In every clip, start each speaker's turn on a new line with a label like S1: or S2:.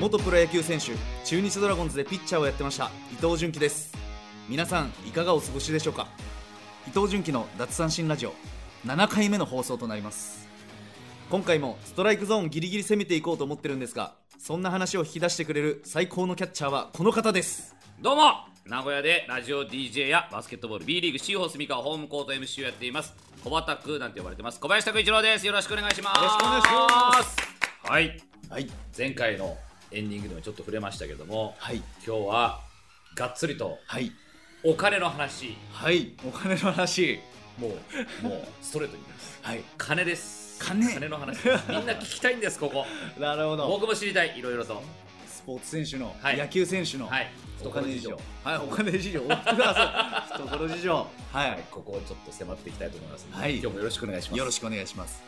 S1: 元プロ野球選手中日ドラゴンズでピッチャーをやってました伊藤純喜です皆さんいかがお過ごしでしょうか伊藤純喜の脱三振ラジオ7回目の放送となります今回もストライクゾーンギリギリ攻めていこうと思ってるんですがそんな話を引き出してくれる最高のキャッチャーはこの方です
S2: どうも名古屋でラジオ DJ やバスケットボール B リーグ C ホースミカホームコート MC をやっています小畑なんて呼ばれてます小林拓一郎ですよろしくお願いします
S1: よろしくお願いします
S2: はい
S1: はい
S2: 前回のエンディングでもちょっと触れましたけども、
S1: はい
S2: 今日はがっつりと
S1: はい
S2: お金の話
S1: はいお金の話
S2: もうもうストレートに言います
S1: はい
S2: 金です
S1: 金
S2: 金の話ですみんな聞きたいんですここ
S1: なるほど
S2: 僕も知りたいいろいろと
S1: スポーツ選手の、
S2: はい
S1: 野球選手の、
S2: はい
S1: お金事
S2: 懐
S1: 情
S2: 事
S1: はいお金事情おふくろさん 懐事情は
S2: はい
S1: い、
S2: ここをちょっと迫っていきたいと思いますので、
S1: はい
S2: 今日もよろしくお願いします
S1: よろしくお願いします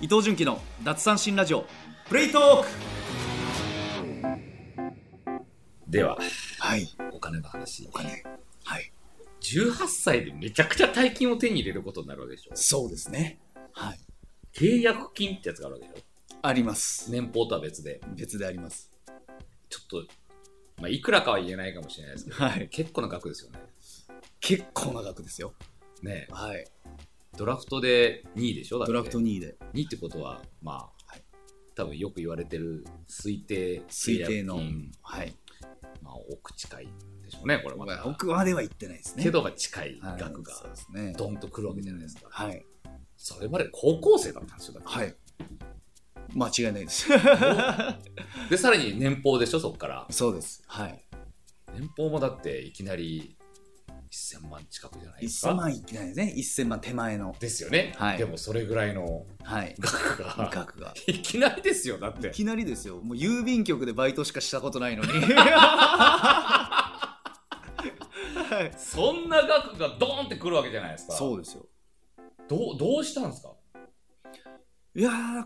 S1: 伊藤純喜の脱三振ラジオプレイトーク
S2: では
S1: はい
S2: お金の話
S1: お金はい
S2: 18歳でめちゃくちゃ大金を手に入れることになるわけでしょ
S1: そうですねはい
S2: 契約金ってやつがあるわけでし
S1: あります
S2: ょ年俸とは別で
S1: 別であります
S2: ちょっと、まあ、いくらかは言えないかもしれないですけど
S1: はい
S2: 結構な額ですよね
S1: 結構な額ですよ
S2: ねえ
S1: はい
S2: ドラフトで2位でしょだって
S1: ドラフト
S2: 2
S1: 2位で
S2: 位ってことはまあ、
S1: はい
S2: 多分よく言われてる推定
S1: 推定の
S2: 契約金
S1: はい
S2: まあ奥近いでしょうねこれまた
S1: 奥までは行ってないですね
S2: けどが近い
S1: はい
S2: 額が
S1: そうですね
S2: ドンとくるわけじゃないですか、
S1: はい
S2: それまで高校生だったんですよだって
S1: はい間違いないです
S2: でさらに年俸でしょそこから
S1: そうですはい
S2: 年俸もだっていきなり1000万近くじゃないですか
S1: 1000万いってないですね1000万手前の
S2: ですよね、
S1: はい
S2: でもそれぐらいの
S1: はい
S2: 額が
S1: 額が
S2: いきなりですよだって
S1: いきなりですよもう郵便局でバイトしかしたこと ないのにはい
S2: そんな額がドーンってくるわけじゃないですか
S1: そうですよ
S2: どうどうしたんですか
S1: いやー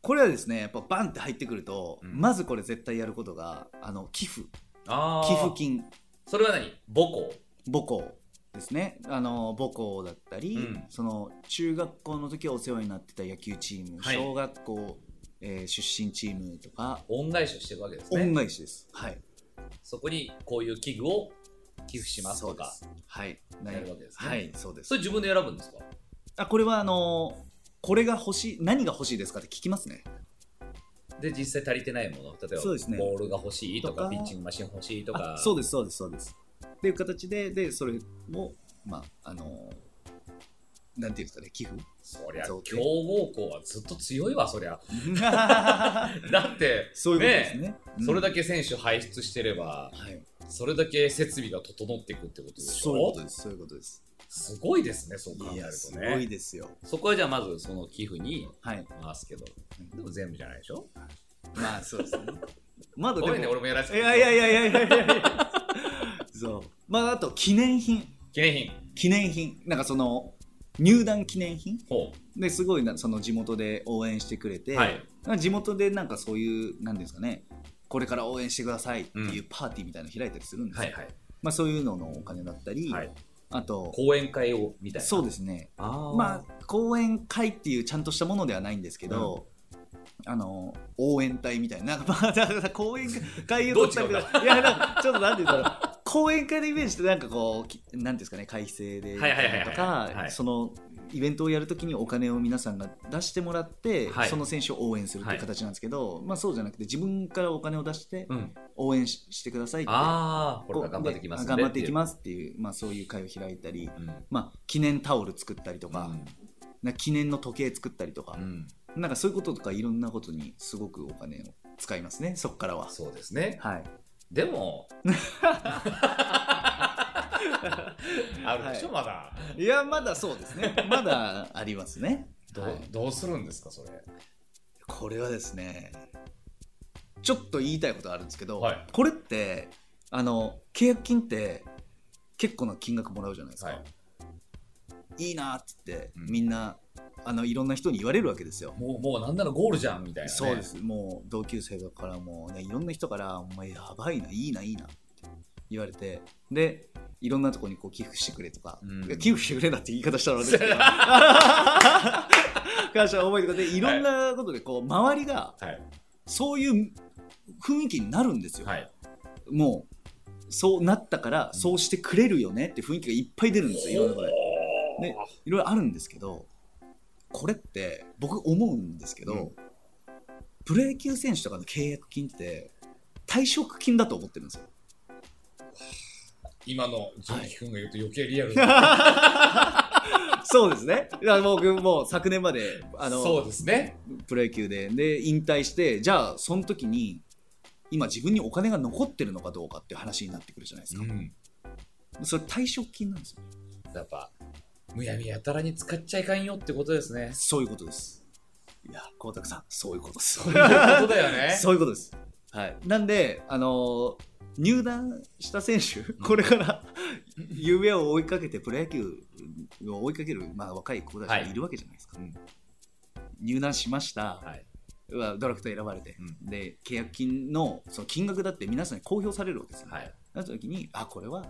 S1: これはですねやっぱバンって入ってくると、
S2: うん
S1: まずこれ絶対やることがあの寄付
S2: あー
S1: 寄付金
S2: それは何母校
S1: 母校ですねあの母校だったり、
S2: うん
S1: その中学校の時はお世話になってた野球チーム、
S2: はい
S1: 小学校、えー出身チームとか
S2: 恩返しをしてるわけです
S1: 恩
S2: ね
S1: 返しです、はい
S2: そこにこういう器具を寄付しますとか
S1: そうですはい
S2: やるわけですね
S1: はいそうです
S2: それ自分で選ぶんですか
S1: あこれはあのーこれが欲しい何が欲しいですかって聞きますね
S2: で実際足りてないもの例えば
S1: そうですね
S2: ボールが欲しいと
S1: と
S2: か
S1: か
S2: ピッチングマシン欲しいとか
S1: あそうですそうですそうですっていう形ででそれをまああのーなんていうんですかね 寄付
S2: そりゃ
S1: そうね
S2: 強豪校はずっと強いわそりゃ だって
S1: そういうことですねうん
S2: それだけ選手輩出してれば、
S1: はい
S2: それだけ設備が整っていくってことでし
S1: そういうこ
S2: ょ
S1: とですそういうことです
S2: すごいですね、そう考
S1: い
S2: え
S1: や
S2: る
S1: す
S2: と
S1: ごい
S2: ね。
S1: ですよ
S2: そこはじゃあまずその寄付に
S1: はい
S2: 回すけど、でも全部じゃないでしょ
S1: まあそうですねまだ
S2: ごめんね、
S1: でも
S2: 俺もやらせ
S1: い
S2: て
S1: やいやいやいやいやいやいやそうまああと記念品
S2: 記念品。
S1: 記念品なんかその入団記念品
S2: ほ
S1: ですごいなその地元で応援してくれ
S2: う。
S1: て、
S2: はい。
S1: なんか地元でなんかそういうなんていうんですかねこれから応援してくださいっていうパーティーみたいなの開いたりするんですよ、
S2: はいは
S1: まあ、そういうののお金だったり、
S2: い。はい。
S1: あと
S2: 講演会をみたいな。
S1: そうですね
S2: あー
S1: まあ講演会っていうちゃんとしたものではないんですけど、あの応援隊みたいななんかまあだから講演会を取ったみたいないやなんかちょっとなんて言うんだろう講演会のイメージってなんかこうきなんていうんですかね改正で
S2: はいはいはいはい
S1: とか、
S2: はい
S1: そのイベントをやるときにお金を皆さんが出してもらって、
S2: はい
S1: その選手を応援するっていう形なんですけど、まあそうじゃなくて自分からお金を出して
S2: うん。
S1: 応援ししてくださいって
S2: ああ、これ
S1: こ
S2: から
S1: う
S2: 頑張ってきます
S1: で頑張っていき
S2: す。
S1: ますっていう、まあ、そういう会を開いたり、
S2: うん。
S1: まあ、記念タオル作ったりとか,、
S2: う
S1: なんか記念の時計作ったりとか
S2: んう、ん。
S1: なんかそういうこととかいろんなことにすごくお金を使いますねそこからは
S2: そうですね。
S1: はい
S2: で も、 あるでしょ、まだ。
S1: いやまだそうですね まだありますね
S2: ど
S1: は
S2: う
S1: い
S2: どうするんですか、それ。
S1: これはですねちょっと言いたいことあるんですけど、
S2: はい
S1: これってあの契約金って結構な金額もらうじゃないですか、
S2: はい
S1: い、いなーって言って、
S2: うん
S1: みんなあのいろんな人に言われるわけですよ
S2: もう、もうなんならゴールじゃんみたいな、ね。
S1: そうで。すもう同級生からもうねいろんな人から「お前やばいないいないいな」って言われてでいろんなとこにこう寄付してくれとか、
S2: うん
S1: いや寄付してくれなって言い方したらあれですけ ど感謝を覚えてくれていろんなことでこう周りが
S2: はい。
S1: そういう雰囲気になるんですよ、
S3: はい。
S1: もうそうなったからそうしてくれるよねって雰囲気がいっぱい出るんですよいろんなとこでねいろいろあるんですけどこれって僕思うんですけど、
S3: うん
S1: プロ野球選手とかの契約金って退職金だと思ってるんですよ
S2: 今の純喜君が言うと余計リアルな、
S1: そうですねだから僕もう昨年まであの
S2: そうですね
S1: プロ野球でで引退してじゃあその時に今自分にお金が残ってるのかどうかっていう話になってくるじゃないです
S2: う
S1: か、
S2: ん
S1: それ退職金なんですよ
S2: やっぱむやみやたらに使っちゃいかんよってことで すね
S1: そういうことですいや光沢さんそういうことです
S2: そういうことだよ ね
S1: そういうことです。はい、なんで、あのー入団した選手、これから夢を追いかけてプロ野球を追いかける、まあ、若い子たちが
S3: はい
S1: いるわけじゃないですか。
S3: うん
S1: 入団しました、
S3: はい。
S1: うわドラフト選ばれて、で契約金のその金額だって皆さんに公表されるわけですよ、
S3: はい。
S1: なった時に、あこれは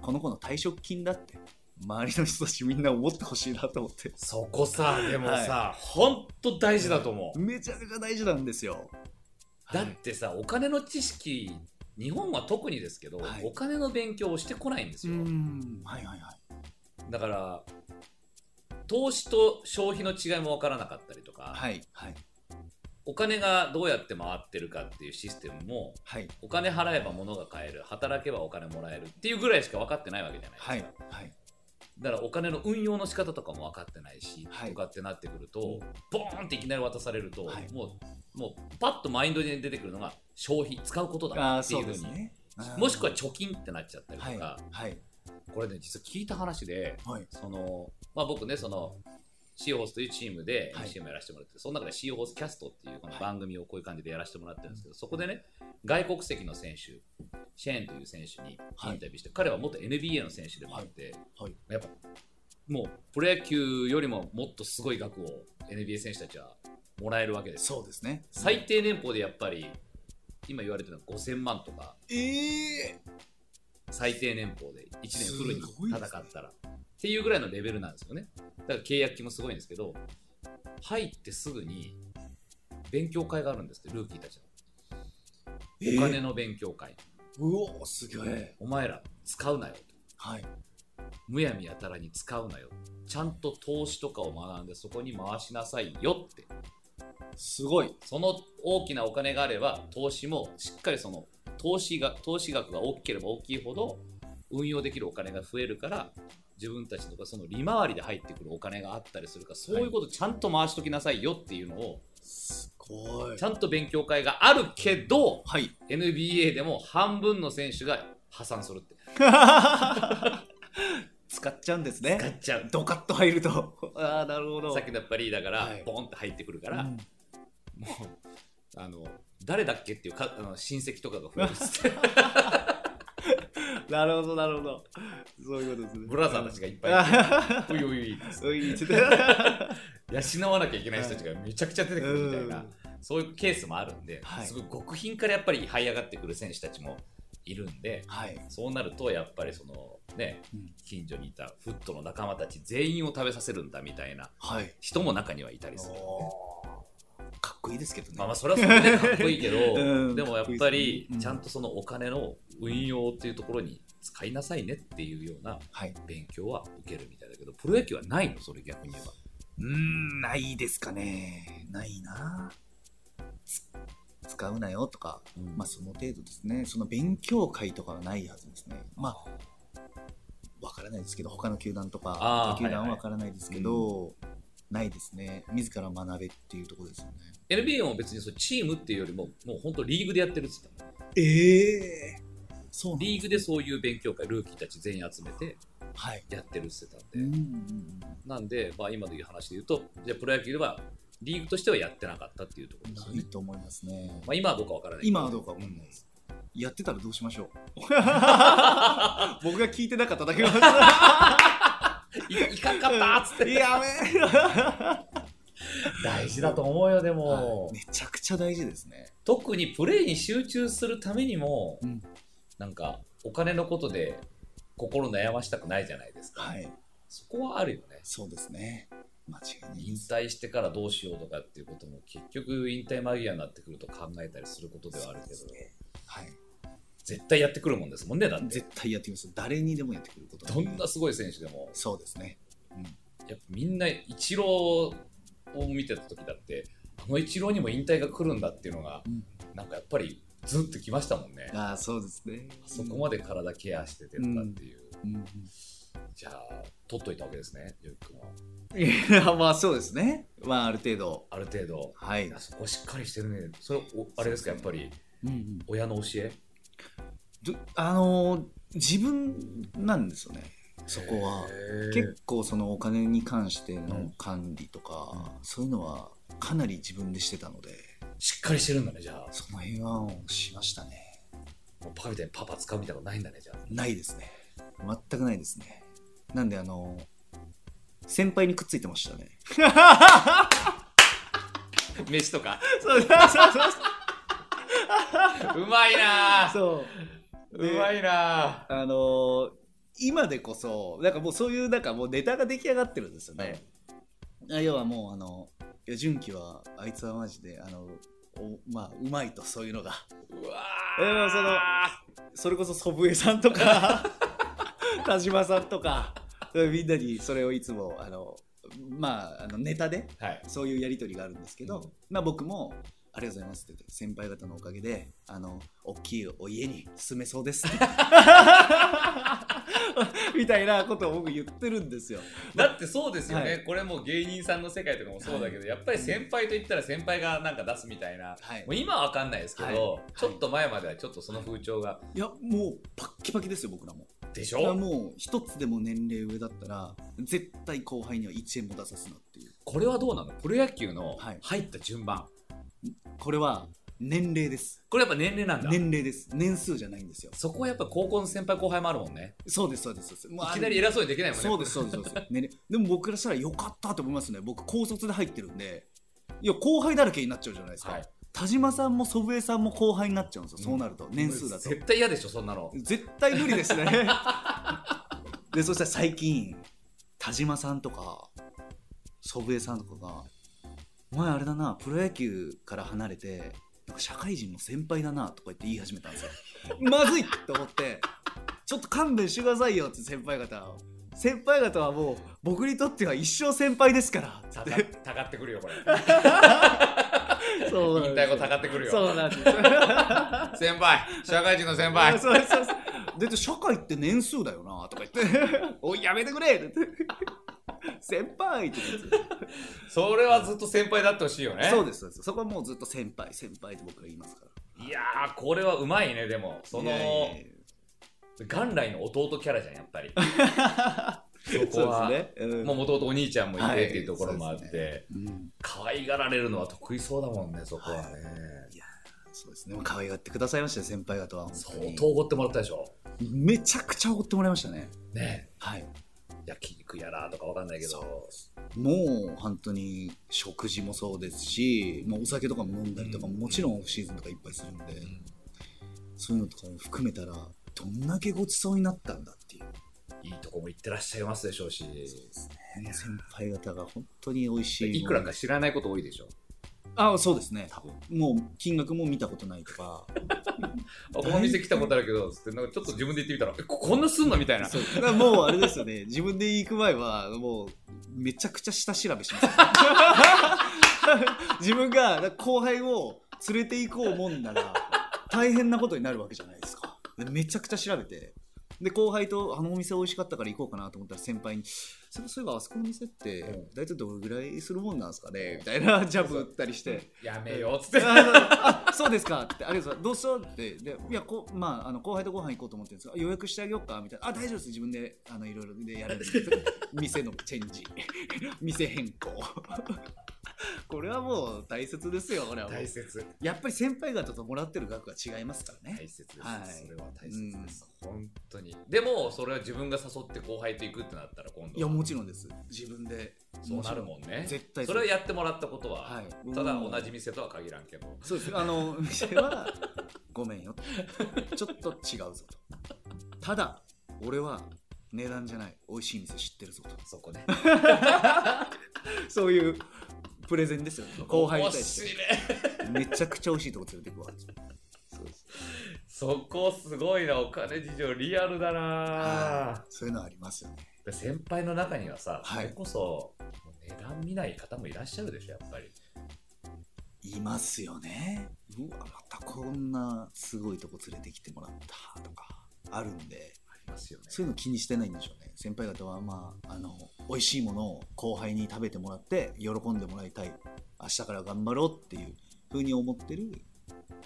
S1: この子の退職金だって、周りの人たちみんな思ってほしいなと思って、
S2: そこさでもさ、本当ほんと大事だと思う、
S1: めちゃくちゃ大事なんですよ。
S2: だってさお金の知識日本は特にですけど、
S1: はい
S2: お金の勉強をしてこないんですよ、
S1: んはいはいはい。
S2: だから投資と消費の違いも分からなかったりとか、
S1: はいはい
S2: お金がどうやって回ってるかっていうシステムも
S1: はい
S2: お金払えば物が買える働けばお金もらえるっていうぐらいしか分かってないわけじゃないですか、
S1: はいはい。
S2: だからお金の運用の仕方とかも分かってないし、
S1: はい
S2: とかってなってくるとボーンっていきなり渡されると、
S1: はい
S2: もうもうパッとマインドに出てくるのが消費使うことだ
S1: あ
S2: っ
S1: あ
S2: てい
S1: そうう
S2: ふう
S1: で
S2: に
S1: すね。
S2: もしくは貯金ってなっちゃったり
S1: は
S2: と
S1: い
S2: か、
S1: はい
S2: これね実は聞いた話で
S1: はい
S2: その、まあ、僕ねそのシーホースというチームで
S1: はい
S2: CM やらせてもらってて、その中でシーホースキャストっていうこの
S1: はい
S2: 番組をこういう感じでやらせてもらってるんですけど、そこでね外国籍の選手シェーンという選手にインタ
S1: はい
S2: ビューして、彼は元 NBA の選手でもあって、
S1: はい
S2: やっぱもうプロ野球よりももっとすごい額を NBA 選手たちはもらえるわけですよ
S1: そうですね。
S2: 最低年俸でやっぱり今言われてるのは5000万とか
S1: ええ
S2: 最低年俸で1年フルに
S1: すごい
S2: 戦
S1: です
S2: っ
S1: ね
S2: たら、っていうぐらいのレベルなんですよねだから契約金もすごいんですけど入ってすぐに勉強会があるんですってルーキーたち
S1: え
S2: のお金の勉強会、
S1: うおすげえ。
S2: お前ら使うなよと
S1: はい
S2: むやみやたらに使うなよちゃんと投資とかを学んでそこに回しなさいよって
S1: すごい。
S2: その大きなお金があれば投資もしっかりその投資が投資額が大きければ大きいほど運用できるお金が増えるから自分たちとかその利回りで入ってくるお金があったりするからそういうことちゃんと回しときなさいよっていうのを
S1: すごい
S2: ち。ゃんと勉強会があるけど
S1: はい
S2: NBA でも半分の選手が破産するって
S1: 使っちゃうんです
S2: 使
S1: ね。
S2: っちゃう
S1: ドカッと入ると。 ああなるほど。
S2: さっきのやっぱリーダーから
S1: はい
S2: ボンって入ってくるか、
S1: から
S2: もうあの誰だっけっていうかあの親戚とかが増えるっつって
S1: なるほどなるほど。そういうことですね。
S2: ブラザーたちがいっぱいいて
S1: あ
S2: ういういっ つって
S1: ーういちょっと
S2: 養わなきゃいけない人たちがめちゃくちゃ出てくるみたいな、
S1: うん
S2: そういうケースもあるんで、
S1: はい
S2: すごい極貧からやっぱり這い上がってくる選手たちもいるんで
S1: はい。
S2: そうなるとやっぱりそのね
S1: うん
S2: 近所にいたフットの仲間たち全員を食べさせるんだみたいな
S1: はい。
S2: 人も中にはいたりするんで
S1: かっこいいですけどね。
S2: まあまあそれはそれでかっこいいけど、
S1: うん
S2: でもやっぱ
S1: かっこいいで
S2: り
S1: すねうん
S2: ちゃんとそのお金の運用っていうところに使いなさいねっていうような
S1: はい。
S2: 勉強は受けるみたいだけどプロ野球はないのそれ逆に言えば。
S1: うーん、ないですかね。ないな。つ使うなよとか、まあその程度ですね。その勉強会とかはないはずですね。まあ、わからないですけど、他の球団と
S2: あー
S1: か、他球
S2: はい
S1: 団
S2: はい
S1: はわからないですけど、ないですね。自ら学べっていうところですよね。
S2: NBA も別にそうチームっていうよりも、もう本当リーグでやってるっつってたもん
S1: ええそうなん
S2: リーグでそういう勉強会、ルーキーたち全員集めて
S1: はい。
S2: やってるっつってた
S1: うんう
S2: んで、
S1: んうん、
S2: なんで、まあ、今のいう話で言うと、じゃあプロ野球ではリーグとしてはやってなかったっていうところですよ
S1: な
S2: ね
S1: い。と思いますね。
S2: まあ、今はどうかわからないけ
S1: 今はどうかわかんないです。やってたらどうしま しょう僕が聞いてなかっただけかもしれない
S2: いいかんかったっつって、
S1: や
S2: 大事だと思うよ、で
S1: べ
S2: も、
S1: めちゃくちゃ大事ですね。
S2: 特にプレーに集中するためにも、
S1: うん
S2: なんかお金のことで心悩ましたくないじゃないですか、
S1: はい、
S2: そこはあるよね。
S1: そうですね。間違いない
S2: 引退してからどうしようとかっていうことも結局引退間際になってくると考えたりすることではあるけど
S1: はい
S2: 絶対やってくるもんですもんねだって
S1: 絶対やってきます誰にでもやってくること
S2: どんなすごい選手でも
S1: そうですね
S2: やっぱみんなイチローを見てた時だってあのイチローにも引退が来るんだっていうのが、
S1: うん
S2: なんかやっぱりずっときましたもんねあ
S1: ああそうですね
S2: そこまで体ケアしててとかっていう、
S1: うんうん
S2: じゃあ取っといたわけですねよいくんはい
S1: やまあそうですねまあある程度
S2: ある程度
S1: はい
S2: いやそこしっかりしてるねそれおあれですかやっぱり
S1: うんうん
S2: 親の教え
S1: どあのー自分なんですよねそこは結構そのお金に関しての管理とか、そういうのはかなり自分でしてたので
S2: しっかりしてるんだねじゃあ
S1: その辺はもうしましたね
S2: もうパパみたいにパパ使うみたいなことないんだねじゃあ
S1: ないですね全くないですねなんであの先輩にくっついてましたね
S2: 飯とか
S1: そうそうそうそう
S2: うまいな ぁ
S1: そう
S2: うまいな
S1: あのー今でこそなんかもうそういうなんかもうネタが出来上がってるんですよね、あ要はもうあのいや純喜はあいつはマジであのおまあうまいとそういうのが
S2: ぁうわ
S1: えでもそのそれこそ祖父江さんと か田島さんとかみんなにそれをいつもあのまああのネタで
S2: はい
S1: そういうやり取りがあるんですけど、
S2: うん
S1: まあ僕も「ありがとうございます」って言って先輩方のおかげであの大きいお家に住めそうですって みたいなことを僕言ってるんですよ。
S2: だってそうですよね、
S1: はい
S2: これもう芸人さんの世界とかもそうだけど、やっぱり先輩と言ったら先輩がなんか出すみたいな、
S1: はい
S2: もう、今は分かんないですけど、
S1: はい
S2: ちょっと前まではちょっとその風潮が、
S1: いやもうパッキパキですよ僕らも。
S2: でし
S1: だから
S2: ょ
S1: もう一つでも年齢上だったら絶対後輩には1円も出さすなっていう
S2: これはどうなのプロ野球の
S1: はい
S2: 入った順番、
S1: これは年齢です
S2: これやっぱ年齢なんだ、
S1: 年齢です年数じゃないんですよ
S2: そこはやっぱ高校の先輩後輩もあるもんね
S1: そうですそうですそうですもう
S2: いきなり偉そうにできないもんね
S1: そうですそうですそうです、ねねでも僕からしたらよかったと思いますね僕高卒で入ってるんでいや後輩だらけになっちゃうじゃないですか、
S2: はい
S1: 田島さんも祖父江さんも後輩になっちゃうんですよ、
S2: うん
S1: そうなると年数だと
S2: 絶対嫌でしょそんなの
S1: 絶対無理ですね でそしたら最近田島さんとか祖父江さんとかが「お前あれだなプロ野球から離れてなんか社会人の先輩だな」とか言って言い始めたん ですよまずいと思って「ちょっと勘弁してくださいよ」って先輩方先輩方はもう僕にとっては一生先輩ですから
S2: た
S1: って
S2: かたかってくるよこれ
S1: そう
S2: 引退後たかってくるよ
S1: そうなんですよ
S2: 先輩社会人の先輩
S1: そうそうそうで社会って年数だよなとか言 って「おいやめてくれ!」って先輩って言って
S2: それはずっと先輩だってほしいよね
S1: そうですそうですそこはもうずっと先輩先輩って僕が言いますから
S2: いやーこれはうまいねでもその
S1: いやいやいや
S2: 元来の弟キャラじゃんやっ ぱりそこ
S1: そ
S2: は
S1: うですね、うん
S2: もう元々お兄ちゃんもい
S1: は
S2: て
S1: い
S2: っていうところもあって、
S1: そうでうん
S2: 可愛がられるのは得意そうだもんねそこはね、
S1: そうですねもう可愛がってくださいましたよ先輩方は本
S2: 相
S1: 当に
S2: 当奢ってもらったでしょ
S1: めちゃくちゃおってもらいましたね
S2: ね
S1: はい
S2: え焼肉やらとかわかんないけど
S1: もう本当に食事もそうですし、まあ、お酒とかも飲んだりとかも、
S2: うん
S1: もちろんオフシーズンとかいっぱいするんで、
S2: ん
S1: そういうのとかも含めたらどんだけごちそうになったんだっていう
S2: いいとこも行ってらっしゃいますでしょうし
S1: ね先輩方が本当に美味しい
S2: いくらか知らないこと多いでしょ
S1: あそうですね
S2: 多分
S1: もう金額も見たことないと か
S2: あこの店来たことあるけどつってなんかちょっと自分で行ってみたらえここんなすんのみたいな
S1: そうだからもうあれですよね自分で行く前はもうめちゃくちゃ下調べします 自分が後輩を連れて行こうもんなら大変なことになるわけじゃないですかでめちゃくちゃ調べてで後輩とあのお店美味しかったから行こうかなと思ったら先輩に「それそういえばあそこの店って
S2: うん
S1: 大体どれぐらいするもんなんですかね?」みたいなジャブ打ったりして
S2: やめようっつっ
S1: で
S2: て
S1: ああそうですかってありがとうございますどうしたってでいやこうまああの後輩とご飯行こうと思ってるんですが予約してあげようかみたいなあ大丈夫です自分であのいろいろでやるんですけ ど店のチェンジ店変更これはもう大切ですよこれはもう
S2: 大切
S1: やっぱり先輩方ともらってる額は違いますからね
S2: 大切です、
S1: はい
S2: それは大切です、本当にでもそれは自分が誘って後輩と行くってなったら今度
S1: いやもちろんです自分で
S2: そうなるもんね
S1: 絶対
S2: それはやってもらったことは、
S1: はい
S2: ただ
S1: うん
S2: 同じ店とは限らんけど、
S1: そうですあ の店はごめんよとちょっと違うぞとただ俺は値段じゃない美味しい店知ってるぞと
S2: そこね。
S1: そういうプレゼンですよ後輩に対して
S2: 面白
S1: め
S2: い
S1: ちゃくちゃ美味しいとこ連れてくわ
S2: そこすごいな、お金事情リアルだな。
S1: そういうのありますよね
S2: 先輩の中にはさ、
S1: はい
S2: それこそ値段見ない方もいらっしゃるでしょ、やっぱり。
S1: いますよねうわまたこんなすごいとこ連れてきてもらったとかあるんで
S2: ありますよね。
S1: そういうの気にしてないんでしょうね先輩方はまああの美味しいものを後輩に食べてもらって喜んでもらいたい明日から頑張ろうっていうふうに思ってる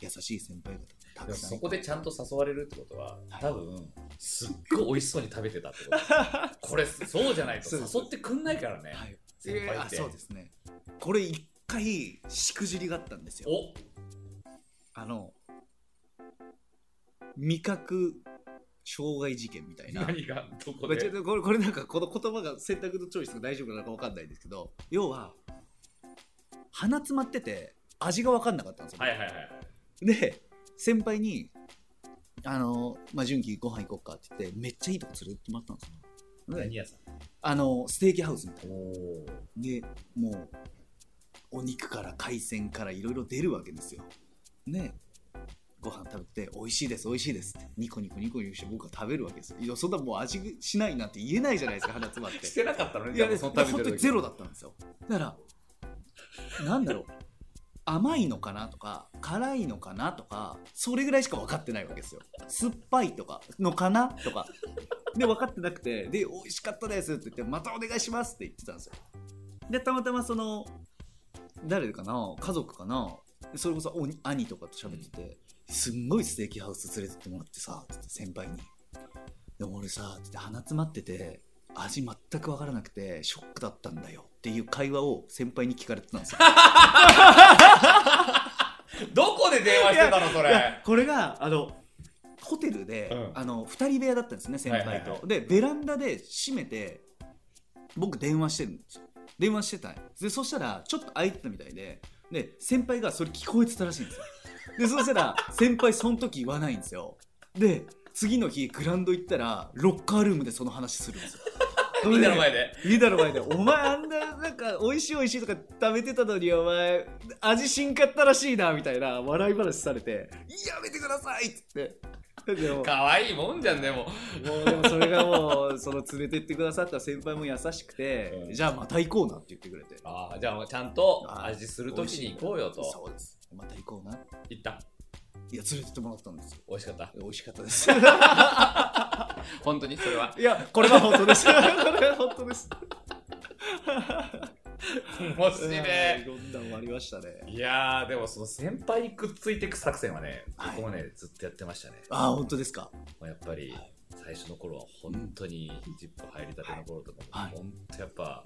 S1: 優しい先輩方た
S2: で
S1: く
S2: も
S1: さん
S2: そこでちゃんと誘われるってことは、
S1: はい
S2: 多分すっごい美味しそうに食べてたってこ と。これ、そうじゃないと
S1: そうです
S2: 誘ってくんないからね。
S1: はい、
S2: 先輩って
S1: えーあそうですねこれ一回しくじりがあったんですよ
S2: お
S1: あの味覚障害事件みたいな
S2: 何がどこ
S1: まあちょ
S2: で
S1: っとこれこれなんかこの言葉が選択のチョイスが大丈夫なのか分かんないんですけど要は鼻詰まってて味が分かんなかったんですよ、
S2: はいはいはい。
S1: で先輩に「あのまあ純喜ご飯行こうか」って言ってめっちゃいいとこ連れてってもらったんですよ
S2: 何
S1: で
S2: 屋さん
S1: あのステーキハウスみたい
S2: おお。
S1: なでもうお肉から海鮮からいろいろ出るわけですよねご飯食べて「美味しいです美味しいです」ってニコニコニコニコして僕は食べるわけですよいやそんなもう味しないなんて言えないじゃないですか鼻詰まって
S2: してなかったのね、
S1: いや、
S2: でも
S1: そ
S2: そ
S1: の
S2: の食
S1: 本当
S2: べて
S1: に
S2: る
S1: ゼロだったんですよ。だから、なんだろう、甘いのかなとか、辛いのかなとか、それぐらいしか分かってないわけですよ。酸っぱいとか、のかなとか。で、分かってなくて、で、美味しかったですって言って、またお願いしますって言ってたんですよ。で、たまたまその、誰かな家族かなそれこそおに兄とかと喋ってて、すんごいステーキハウス連れてってもらってさ、つって先輩に。でも俺さ、つって鼻詰まってて、味全く分からなくてショックだったんだよっていう会話を先輩に聞かれてたんですよ
S2: どこで電話してたの、そ
S1: い
S2: れ
S1: や。これがあのホテルで、
S2: うん
S1: あの2人部屋だったんですね先輩と、
S2: はいはいは
S1: でベランダで閉めて僕電話してるんですよ電話してたんよでそしたらちょっと空いてたみたいでで先輩がそれ聞こえてたらしいんですよでそしたら先輩その時言わないんですよで次の日グラウンド行ったらロッカールームでその話するんですよ
S2: みんなの前で。
S1: リーダーの前で「お前あんななんか美味しい美味しい」とか食べてたのにお前味しんかったらしいなみたいな笑い話されて「やめてください!」っつって。でも
S2: 可愛いもんじゃん、でも。
S1: もうでもそれがもうその連れてってくださった先輩も優しくて、
S2: うん
S1: じゃあまた行こうなって言ってくれて
S2: ああ、じゃあちゃんと味するときに行こうよと。
S1: そうですまた行こうな
S2: 行った。
S1: いや連れてってもらったんですよ
S2: 美味しかった。
S1: 美味しかったです
S2: 本当にそれ は。
S1: いやこれは本当ですこれは本当です
S2: 面白
S1: い
S2: い。
S1: ろんなもありましたね
S2: いやー、でもその先輩にくっついていく作戦はね、
S1: はい
S2: 僕もね、ずっとやってましたね。
S1: ああ本当ですか
S2: もうやっぱり
S1: はい、
S2: 最初の頃は本当にジップ入りたての頃とか
S1: は
S2: も、
S1: い
S2: 本当やっぱ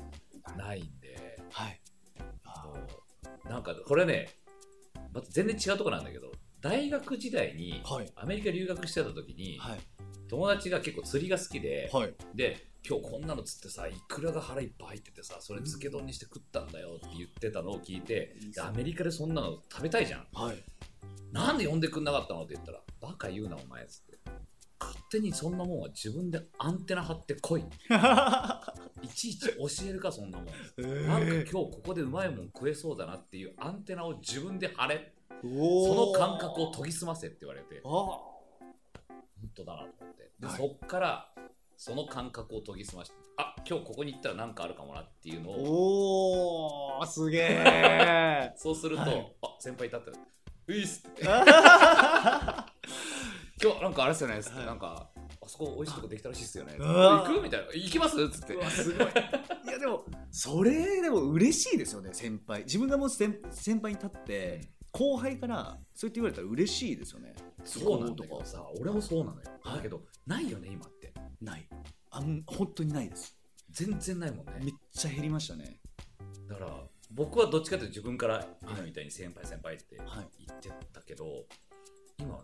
S2: ないんで、
S1: はいあ
S2: そうなんかこれね、また全然違うとこなんだけど、大学時代に
S1: ーはい
S2: アメリカ留学してた時に、
S1: はい
S2: 友達が結構釣りが好きで、
S1: はい
S2: で今日こんなの釣ってさいくらが腹いっぱい入っててさそれ漬け丼にして食ったんだよって言ってたのを聞いて
S1: うん
S2: でアメリカでそんなの食べたいじゃん
S1: はい
S2: なんで呼んでくんなかったのって言ったらバカ言うなお前っつって勝手にそんなもんは自分でアンテナ張ってこいいちいち教えるかそんなもんなんか今日ここでうまいもん食えそうだなっていうアンテナを自分で張れその感覚を研ぎ澄ませって言われて本当だなと思ってで、
S1: はい
S2: そっからその感覚を研ぎ澄ましてあ今日ここに行ったら何かあるかもなっていうのを
S1: おおーすげえ
S2: そうすると、
S1: はい
S2: あ先輩いたって「ういっす」 って「今日なんかあれっすよね」っつって、
S1: はい
S2: なんかあそこ美味しいとこできたらしいっすよね」
S1: うわ
S2: 行く?」みたいな「行きます?」っつって
S1: うわすごいいやでもそれでも嬉しいですよね先輩自分がもう先先輩に立って後輩からそうやって言われたら嬉しいですよね
S2: そうなんだけどさ俺もそうなのよだけどないよね今って
S1: ないあん本当にないです
S2: 全然ないもん
S1: め
S2: ね
S1: っちゃ減りましたね
S2: だから僕はどっちかというと自分から今みたいに先輩先輩って
S1: はい
S2: 言ってたけど今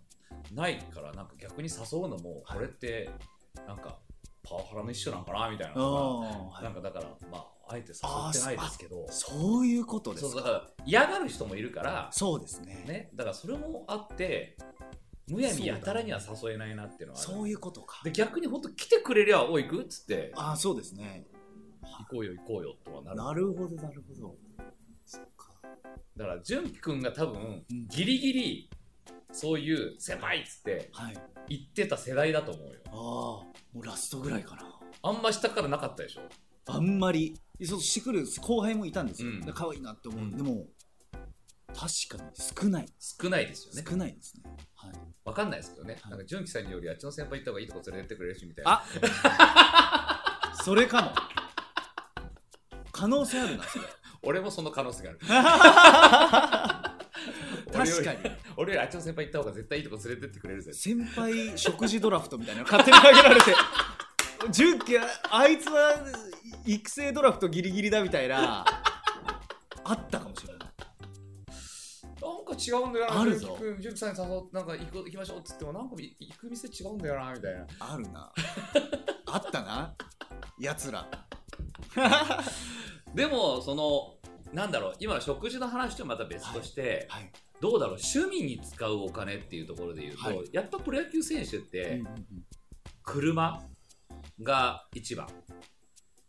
S2: ないからなんか逆に誘うのもこれってなんかパワハラの一種なんかなみたいな
S1: あ
S2: の
S1: あ、
S2: が
S1: は
S2: なん
S1: い、
S2: かだからまああえて誘ってないですけど
S1: そういうことです
S2: そうだ
S1: か
S2: から嫌がる人もいるから
S1: そうですね
S2: ねだからそれもあってむやみやたらには誘えないなっていうのはある
S1: そういうことか
S2: で逆に本当来てくれりゃおい行くっつって
S1: ああそうですね
S2: 行こうよ行こうよとはなる
S1: なるほどなるほどそっか
S2: だから純喜くんが多分
S1: うん
S2: ギリギリそういう狭いっつって
S1: はい
S2: 言ってた世代だと思うよ
S1: ああもうラストぐらいかな
S2: あんま下からなかったでしょ
S1: あんまりそうしてくる後輩もいたんですよ、
S2: うん
S1: で可愛いなって思う、
S2: うん
S1: でも確かに少ない
S2: 少ないですよね
S1: 少ないですね、はい、
S2: わかんないですけどね
S1: はい
S2: なんか純喜さんによりあっちの先輩行った方がいいとこ連れてってくれるしみたいな
S1: あそれかも可能性あるなそれ
S2: 俺もその可能性がある
S1: 確かに
S2: 俺よりあっちの先輩行った方が絶対いいとこ連れてってくれるぜ
S1: 先輩食事ドラフトみたいなの勝手に投げられて純喜あいつは育成ドラフトギリギリだみたいなあったかもしれない
S2: なんか違うんだよな
S1: あるぞ
S2: 純喜くん純喜さんに誘うなんか行こう行きましょうっつってもなんかい行く店違うんだよなみたいな
S1: ある なあったなやつら
S2: でもそのなんだろう今の食事の話とまた別として、
S1: はい、
S2: どうだろう趣味に使うお金っていうところで言うと、
S1: はい
S2: やっぱプロ野球選手っ
S1: うんう
S2: て
S1: んうん
S2: 車が一番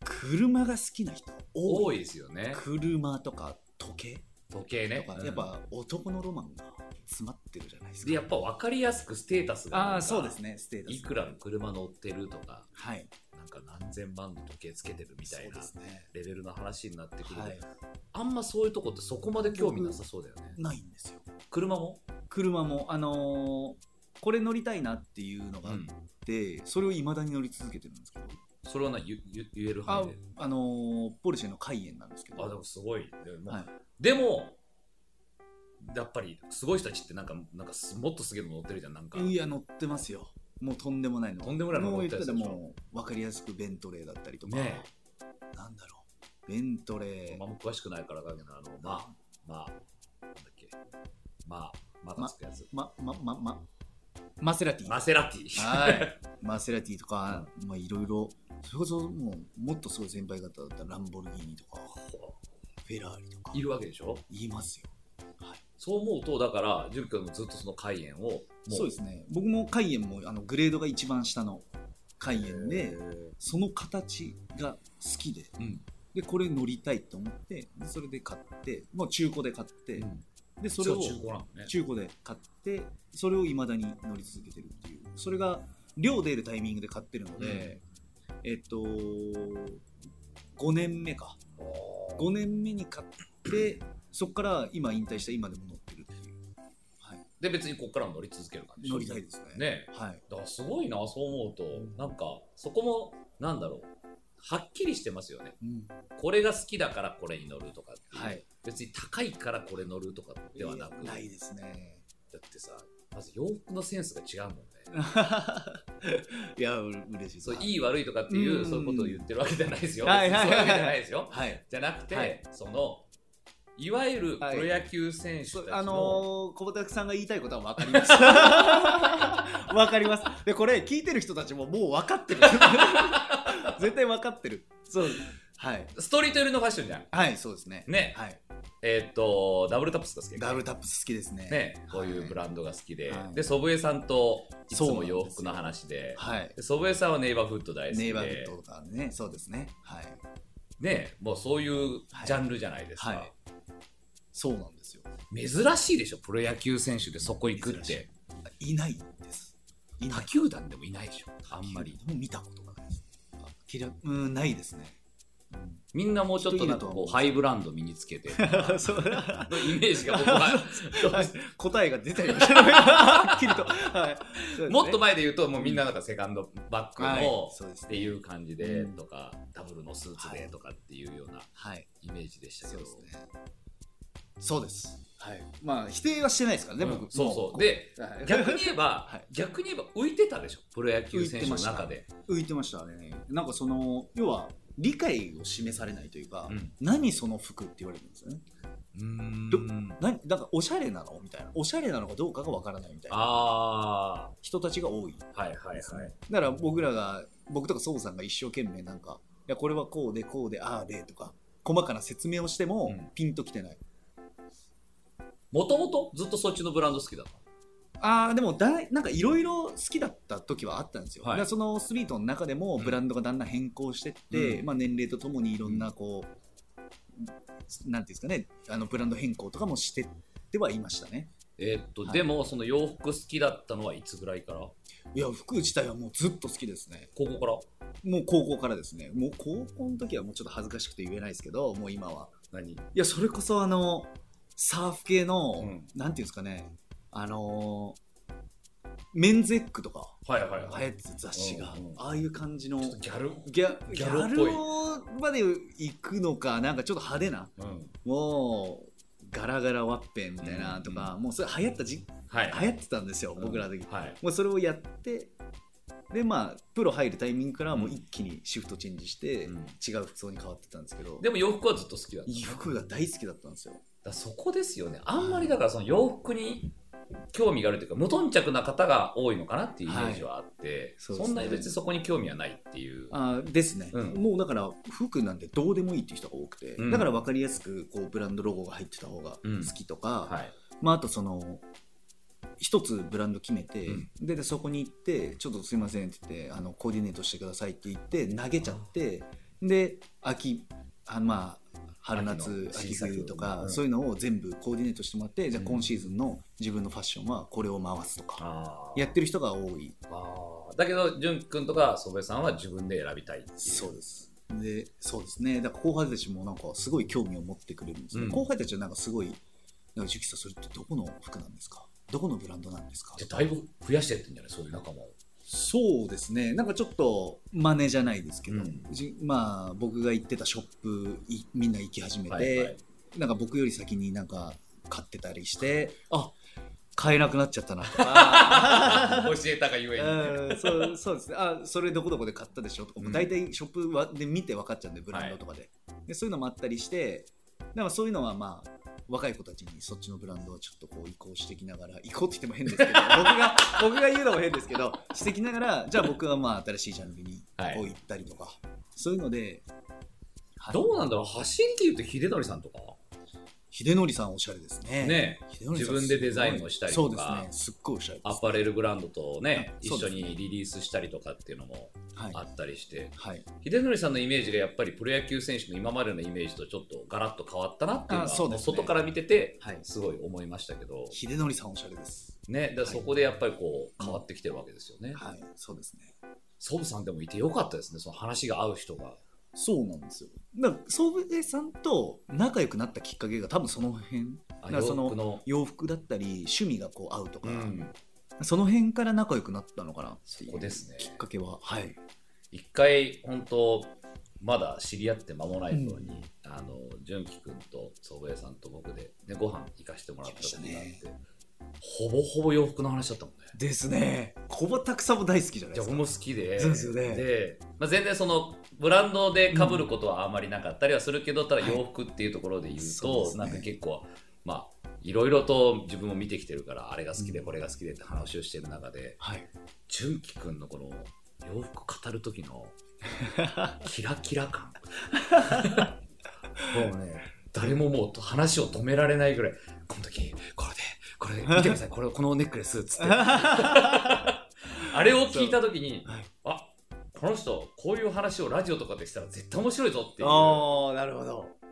S1: 車が好きな人多い
S2: 多いですよね
S1: 車とか時
S2: 時
S1: 計
S2: 計ね
S1: とか、
S2: うん
S1: やっぱ男のロマンが詰まってるじゃないですか
S2: でやっぱ分かりやすくステータスが
S1: ああそうですねステータス
S2: いくらの車乗ってるとか
S1: はい
S2: なんか何千万の時計つけてるみたい
S1: そう
S2: な
S1: ですね
S2: レベルの話になってくると、
S1: はい
S2: あんまそういうとこってそこまで興味なさそうだよね
S1: ないんですよ
S2: 車も、
S1: 車もあのーこれ乗りたいなっていうのがあって、それをいまだに乗り続けてるんですけど
S2: それはな言言言える範
S1: あ
S2: 囲で、
S1: あのーポルシェのカイエンなんですけど
S2: あでもすごいでも,、
S1: はい
S2: でもやっぱりすごい人たちってなんかなんかすもっとすげえの乗ってるじゃんなんか
S1: いや乗ってますよもうとんでもないの
S2: とんでもないの
S1: もう
S2: 乗
S1: 言
S2: っ
S1: ってた
S2: るやつ
S1: ら
S2: でしょ
S1: もう分かりやすくベントレーだったりとか、
S2: ね
S1: なんだろうベントレ
S2: え
S1: ー
S2: あんま詳しくないからだけどあのまあまあなんだっけまあまだつくやつ、
S1: ままままマセラティ
S2: マセラティ
S1: はい、マセラティとか、まあ、いろいろ、それこそもうもっとすごい先輩方だったらランボルギーニとか、フェラーリとか、
S2: いるわけでしょ
S1: いますよ。
S2: そう思うとだから純君もずっとその開演をも
S1: そうですね、僕もカイエンもあのグレードが一番下のカイエン
S2: へ
S1: で、
S2: ー
S1: その形が好きで、
S2: うん
S1: でこれ乗りたいと思って、でそれで買って、もう中古で買って、
S2: うん
S1: でそ
S2: そ
S1: れを
S2: れを中古なのね
S1: 中古で買って、それをいまだに乗り続けてるっていう、それが量出るタイミングで買ってるので、えっと、5年目か。5年目に買ってそこから今引退して今でも乗ってるっていう、はい、
S2: で別にここからも乗り続ける感じ
S1: 乗りたいですね
S2: ねえ
S1: はい、
S2: だからすごいなそう思うとなんかそこもなんだろうはっきりしてますよね
S1: うん
S2: これが好きだからこれに乗るとかっていう
S1: はい、
S2: 別に高いからこれ乗るとかではなく
S1: いやないですね
S2: だってさまず洋服のセンスが違うもんね
S1: いやう嬉しい
S2: そういい悪いとかっていううんそういうことを言ってるわけじゃないですよ
S1: はいはいはい
S2: 別にそういうわけじゃないですよ
S1: はい
S2: じゃなくて、
S1: はい
S2: そのいわゆるプ
S1: はい
S2: ロ野球選手た
S1: そ
S2: ち
S1: う
S2: の、
S1: あのー、小畑さんが言いたいことは分かります 分かりますでこれ聞いてる人たちももう分か ってる絶対分かってるそうはい
S2: ストリート寄りのファッションじゃん
S1: はいそうですね
S2: ね
S1: はい
S2: えーっとダブルタップスが好き
S1: ダブルタップス好きですね
S2: ね、こういうブ
S1: ラ
S2: ランドが好きで、
S1: はい
S2: で祖父江さんといつ
S1: そうなん
S2: も
S1: ですよ
S2: 洋服の話で
S1: はい
S2: で祖父江さんはネイバーフッド大好き
S1: ネ
S2: で
S1: イバーフットとかねそうですねはい
S2: ねもうそういうジャンルじゃないですか、
S1: はいそうなんですよ
S2: 珍しいでしょプロ野球選手でそこ行くっ
S1: 珍
S2: て
S1: いないんです。いな
S2: 他
S1: い。
S2: 球団でもいないでしょあんまり
S1: もう見たことがないです。あきらうん、ないですね。
S2: みんなもうちょっとなん
S1: 人い
S2: か
S1: ると思
S2: こ
S1: う
S2: うハイブランド身につけてイメ
S1: そう
S2: ージが僕 は
S1: 答えが出てる。はっきりと。はいそうですね
S2: もっと前で言うともうみんななんかセカンドバック
S1: はい
S2: の
S1: そうです
S2: っ
S1: ね
S2: ていう感じでとかダブルのスーツでとかっていうような
S1: はい。
S2: イメージでした
S1: そ
S2: け
S1: う
S2: ど、
S1: ですね。そうです。はい。まあ、否定はしてないですからね、
S2: うん
S1: 僕。
S2: そうそうで
S1: う。はい
S2: 逆に言え ば、
S1: はい
S2: 逆に言えば浮いてたでしょプロ野球選手の中で、
S1: 浮いてましたね。なんかその、要は、理解を示されないというか、
S2: うん
S1: 何その服って言われるんですよね。
S2: う
S1: ど
S2: ーん
S1: 何なんかおしゃれなのみたいな。おしゃれなのかどうかがわからないみたいな
S2: あ
S1: 人たちが多い。
S2: あはいはいはい、
S1: ですねだから僕らが僕とかそうさんが一生懸命なんかいやこれはこうでこうでああでとか細かな説明をしても
S2: うん
S1: ピンときてない、
S2: もともとずっとそっちのブランド好きだった
S1: あーでもだいなんかいろいろ好きだった時はあったんですよ、
S3: はい
S1: だからそのスビートの中でもブランドがだんだん変更してって、
S3: うん
S1: まあ、年齢とともにいろんなこう、なんていうんですかねあのブランド変更とかもしてってはいましたね
S2: えーっと、
S1: はい
S2: でもその洋服好きだったのはいつぐらいから高
S1: いや服自体はもうずっと好きですね
S2: 校から
S1: もう高校からですねもう高校の時はもうちょっと恥ずかしくて言えないですけどもう今は
S2: 何
S1: いやそれこそあのサーフ系の、
S2: うん
S1: なんていうんですかねあのーメンズエッグとか
S2: はいはいはい
S1: 流行ってた雑誌が、
S2: うんうん
S1: ああいう感じの
S2: ちょっとギャル、
S1: ギャ
S2: ギ
S1: ギ
S2: ャ
S1: ャ
S2: ルっぽい
S1: ル男まで行くのかなんかちょっと派手な
S2: うん、
S1: もうガラガラワッペンみたいなとか、もうそれ流行ったじ
S2: はい
S1: 流行ってたんですよ、僕らの時、
S2: はい
S1: もうそれをやってでまあプロ入るタイミングからはもう一気にシフトチェンジして、
S2: うん
S1: 違う服装に変わってたんですけど
S2: でも洋服はずっと好きだった
S1: 衣服が大好きだったんですよ
S2: だからそこですよねあんまりだからその洋服に興味があるというか無頓着な方が多いのかなっていうイメージはあって、
S1: そう
S2: そ
S1: ですね
S2: んなに別にそこに興味はないっていう
S1: あーですね、
S2: うん
S1: もうだから服なんてどうでもいいっていう人が多くて、
S2: うん
S1: だから分かりやすくこうブランドロゴが入ってた方が好きとか、
S2: はい
S1: まあ、あとその一つブランド決めて、
S2: うん
S1: ででそこに行って「ちょっとすいません」って言ってあの「コーディネートしてください」って言って投げちゃってで秋あまあ春夏
S2: 秋の
S1: 秋冬と
S2: 新作
S1: か、
S2: うん
S1: そういうのを全部コーディネートしてもらって、じゃあ
S2: うん
S1: 今シーズンの自分のファッションはこれを回すとか、
S2: あ
S1: やってる人が多い
S2: あだけど潤くんとか祖父江さんは自分で選びたいっていう
S1: そうです。で、そうですね。だから後輩たちもなんかすごい興味を持ってくれるんですね。
S2: うん
S1: 後輩たちはなんかすごい、なんかジュキさんそれってどこの服なんですかどこのブランドなんですか
S2: じゃあだいぶ増やしてってんじゃないそういう仲間を
S1: そうですね。なんかちょっと真似じゃないですけど、
S2: うん
S1: じまあ僕が行ってたショップいみんな行き始めて、なんか僕より先になんか買ってたりして、あ買えなくなっちゃったなとか。
S2: あー教えたがゆえに、
S1: うんそうそうですねあそれどこどこで買ったでしょとか、
S2: うん
S1: 大体ショップはで見て分かっちゃうんでブランドとかで,、でそういうのもあったりしてだからそういうのはまあ若い子たちにそっちのブランドをちょっとこう移行してきながら移行って言っても変 ですけど僕が僕が言うのも変ですけどしてきながらじゃあ僕はまあ新しいジャンルに
S2: はい
S1: こう行ったりとか、そういうので
S2: どうなんだろう走りで言うと秀則さんとか
S1: 秀則さんおしゃれですね
S2: ね
S1: 秀則さん
S2: 自分でデザインをしたりとか
S1: そうですねすっごいおしゃれで
S2: ア
S1: す、
S2: パレルブランドとね
S1: あ
S2: 一
S1: そう
S2: 緒
S1: ですね
S2: にリリースしたりとかっていうのも
S1: はい
S2: あったりして、
S1: はい、
S2: 秀則さんのイメージがやっぱりプロ野球選手の今までのイメージとちょっとガラッと変わったなっていうのは
S1: あそうですね
S2: 外から見てて
S1: はい、
S2: すごい思いましたけど、
S1: 秀則さんおしゃれです
S2: ね、だからそこでやっぱりこう変わってきてるわけですよね。
S1: はいそうですね
S2: ソブさんでもいてよかったですね、その話が合う人が。
S1: そうなんですよ。だから、総武さんと仲良くなったきっかけが多分その辺、
S2: あ
S1: からその
S2: 洋服の
S1: 洋服だったり、趣味がこう合うとか、
S2: うん、
S1: その辺から仲良くなったのかなってい
S2: そうこですね
S1: きっかけは、はい。
S2: 一回本当まだ知り合って間もない頃に、あの純喜君と祖父江さんと僕で、ね、ご飯行かしてもらった時があって、
S1: 行き
S2: ほぼほぼ洋服の話だったもんね。
S1: ですね。小畑さんも大好きじゃないで
S2: じゃあ
S1: す
S2: 僕
S1: か。
S2: も好きで
S1: そうですよね
S2: でまあ、全然そのブランドで被ることはあまりなかったりはするけど、ただ洋服っていうところで言う
S1: そ
S2: と
S1: う、ですね
S2: なんか結構まあいろいろと自分も見てきてるからあれが好きでこれが好きでって話をしてる中で
S1: はい。
S2: 純喜くんのこの洋服語る 時のキラキラ感もうね誰ももう話を止められないぐらいこの時これでこれで見てくださいこれこのネックレスっつってあれを聞いた時に、
S1: はい
S2: あこの人こういう話をラジオとかでしたら絶対面白いぞっていうちょ
S1: ああ、なるほど。
S2: っ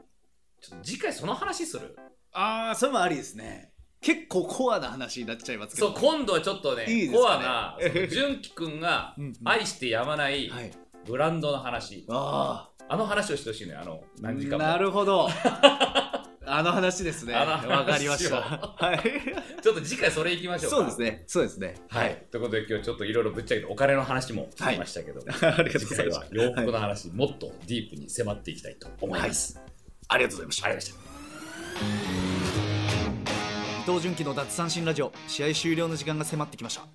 S2: と次回その話する
S1: ああ、それもありですね。結構コアな話になっちゃいますけ
S2: そ
S1: ど。
S2: う今度はちょっとね
S1: いいですかね
S2: コアなその純喜くんが
S1: うんうん
S2: 愛してやまない
S1: はい。
S2: ブランドの話
S1: あ
S2: あの話をしてほしいのよあの
S1: あ、
S2: 何時間も
S1: なるほ ど。あの話ですね。
S2: あの話を
S1: わかりました。はい。
S2: ちょっと次 回それいきましょうか
S1: そうですね。そうですね。
S2: はい、ということで今日ちょっといろいろぶっちゃけてお金の話も聞きましたけど、
S1: ありがとう
S2: 次
S1: ござい
S2: 回
S1: ま
S2: は
S1: す。
S2: 洋服の話、もっとディープに迫っていきたいと思います。
S1: ありがとうございました。
S2: ありがとうございました。
S1: 伊藤純喜の奪三振ラジオ試合終了の時間が迫ってきました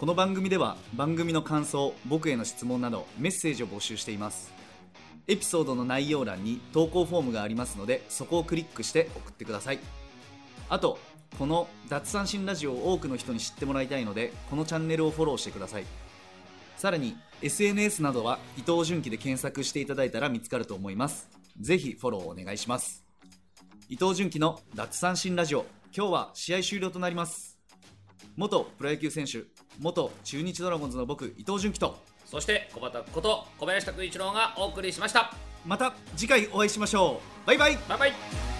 S1: この番組では番組の感想僕への質問などメッセージを募集していますエピソードの内容欄に投稿フォームがありますのでそこをクリックして送ってくださいあとこの奪三振ラジオを多くの人に知ってもらいたいのでこのチャンネルをフォローしてくださいさらに SNS などは伊藤純喜で検索していただいたら見つかると思いますぜひフォローお願いします伊藤純喜の脱三振ラジオ今日は試合終了となります元プロ野球選手元中日ドラゴンズの僕伊藤純喜と
S2: そして小畑こと小林拓一郎がお送りしました
S1: また次回お会いしましょうバイバイ
S2: バイバイ